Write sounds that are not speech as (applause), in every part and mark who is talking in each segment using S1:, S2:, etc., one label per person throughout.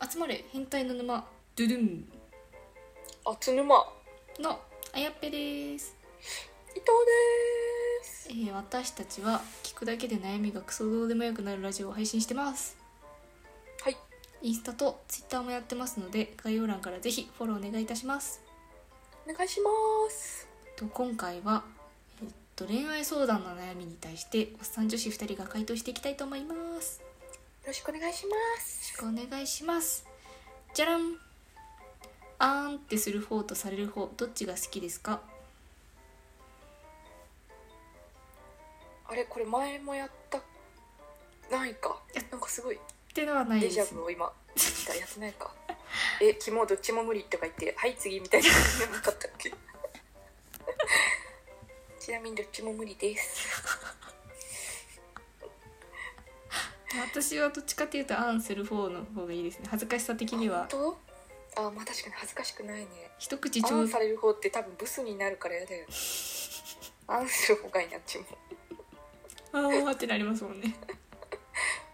S1: 集まれ変態の沼ドゥドゥン
S2: あつぬま
S1: のあやっぺです、
S2: 伊藤です
S1: えー私たちは聞くだけで悩みがクソどうでもよくなるラジオを配信してます
S2: はい
S1: インスタとツイッターもやってますので概要欄からぜひフォローお願いいたします
S2: お願いします
S1: と今回は、えっと、恋愛相談の悩みに対しておっさん女子2人が回答していきたいと思いますよ
S2: よろしくお願いします
S1: ろしくお願いしますじゃらんあーんってする方とされる方どっちが好きですか
S2: あれこれ前もやったないかなんかすごい
S1: ってのはない
S2: デ
S1: で
S2: ジャ
S1: す
S2: ブを今見たやつないかえ肝どっちも無理とか言ってはい次みたいな感じじゃなかったっけちなみにどっちも無理です
S1: 私はどっちかっていうとアンする方の方がいいですね恥ずかしさ的には
S2: 本当あまあ確かに恥ずかしくないね
S1: 一口
S2: ア
S1: ちょ
S2: ン
S1: う
S2: される方って多分ブスになるからやだよアンする方がいいなっちも
S1: あーってなりますもんね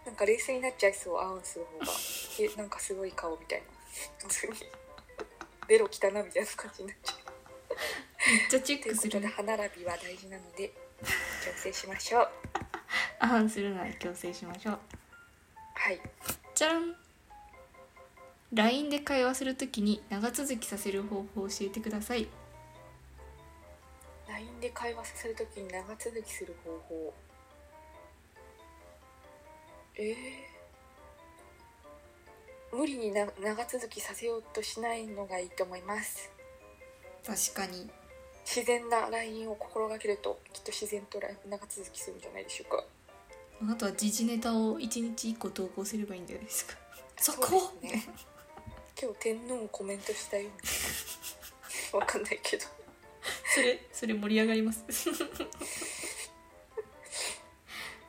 S2: なんか冷静になっちゃいそうアンする方がえなんかすごい顔みたいな (laughs) 普通にベロ汚たなみたいな感じになっちゃう
S1: めっちゃチェッ (laughs)
S2: と
S1: ク
S2: いうこ
S1: す
S2: と
S1: る
S2: で歯並びは大事なので (laughs) 調整しましょう
S1: アンするなら強制しましょう
S2: はい
S1: じゃらん LINE で会話するときに長続きさせる方法を教えてください
S2: LINE で会話させるときに長続きする方法えー、無理にな長続きさせようとしないのがいいと思います
S1: 確かに
S2: 自然な LINE を心がけるときっと自然と LINE 長続きするんじゃないでしょうか
S1: あとは時事ネタを1日1個投稿すればいいんじゃないですかそこ
S2: そうですね今日天皇をコメントしたようなわかんないけど
S1: それそれ盛り上がります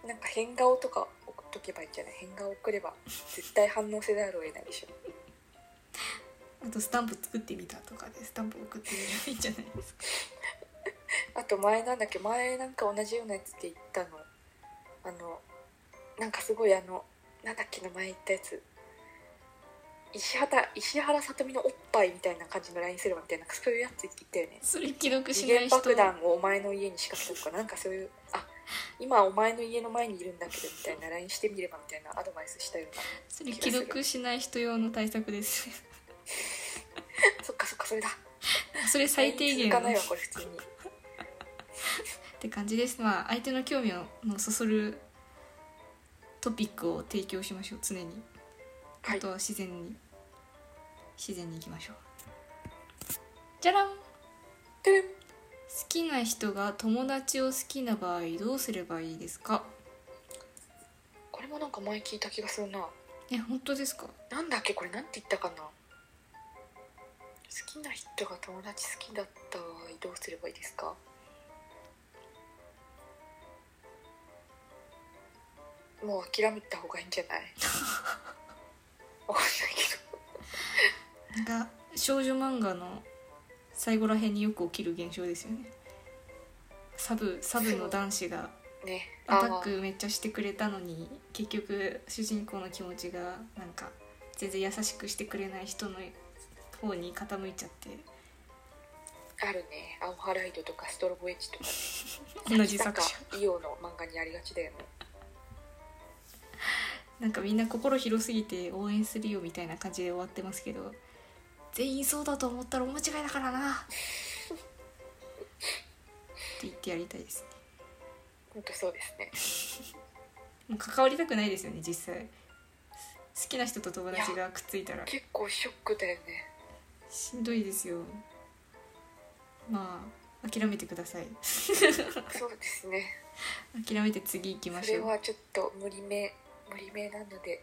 S2: なんか変顔とか送っとけばいいんじゃない変顔送れば絶対反応せざるを得ないでしょ
S1: あとスタンプ作ってみたとかでスタンプ送ってみれ (laughs) ばいいんじゃないですか
S2: あと前なんだっけ前なんか同じようなやつで言ったのあのなんかすごいあのなんだっけ名前言ったやつ石原石原さとみのおっぱいみたいな感じの LINE すればみたいななんかそういうやつ言ったよね
S1: それ既読し
S2: 時
S1: ない
S2: 限
S1: 人
S2: 爆弾をお前の家に仕掛けたとかなんかそういうあ今お前の家の前にいるんだけどみたいな LINE してみればみたいなアドバイスしたような
S1: それ既読しない人用の対策
S2: (laughs)
S1: です
S2: そっかそっかそれだ
S1: それ最低限
S2: 続か
S1: の
S2: ない
S1: っ
S2: わこれ普通に
S1: て感じですまあ相手の興味をのそそるトピックを提供しましょう常にあ
S2: はい
S1: とは自然に、自然にいきましょうじゃらん好
S2: てれん
S1: きな人が友達を好きな場合どうすればいいですか
S2: これもなんか前聞いた気がするな
S1: え本当ですか
S2: なんだっけこれなんて言ったかな好きな人が友達好きだった場合どうすればいいですかもう諦めた方がいいんじゃないわかんないけど
S1: なんか少女漫画の最後らへんによく起きる現象ですよねサブサブの男子が
S2: ね
S1: アタ
S2: あ
S1: ッ
S2: ー
S1: クめっちゃしてくれたのに結局主人公の気持ちがなんか全然優しくしてくれない人の方に傾いちゃって
S2: あるね「アオハライド」とか「ストロボエッジ」とか
S1: 同じ
S2: なん
S1: 作
S2: か (laughs)
S1: 者
S2: イオの漫画にありがちだよね
S1: なんかみんな心広すぎて応援するよみたいな感じで終わってますけど全員そうだと思ったら大間違いだからなって言ってやりたいですね
S2: ほんとそうですね
S1: もう関わりたくないですよね実際好きな人と友達がくっついたら
S2: 結構ショックだよね
S1: しんどいですよまあ諦めてください
S2: そうですね
S1: 諦めて次行きま
S2: そ
S1: し
S2: れ
S1: ょう
S2: はちょっと無理め無理めなので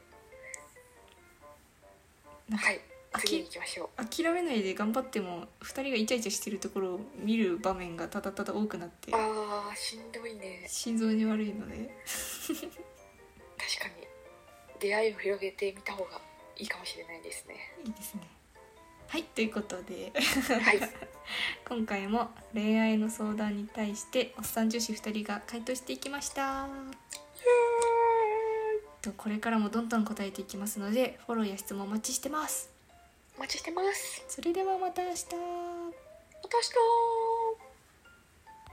S1: なんか
S2: はい次に行きましょう
S1: 諦めないで頑張っても2人がイチャイチャしてるところを見る場面がただただ多くなって
S2: あーしんどいね
S1: 心臓に悪いので
S2: 確かに出会いを広げてみた方がいいかもしれないですね
S1: いいですねはいということで (laughs)
S2: はい
S1: 今回も恋愛の相談に対しておっさん女子2人が回答していきましたとこれからもどんどん答えていきますのでフォローや質問お待ちしてます
S2: お待ちしてます
S1: それではまた明日
S2: また明日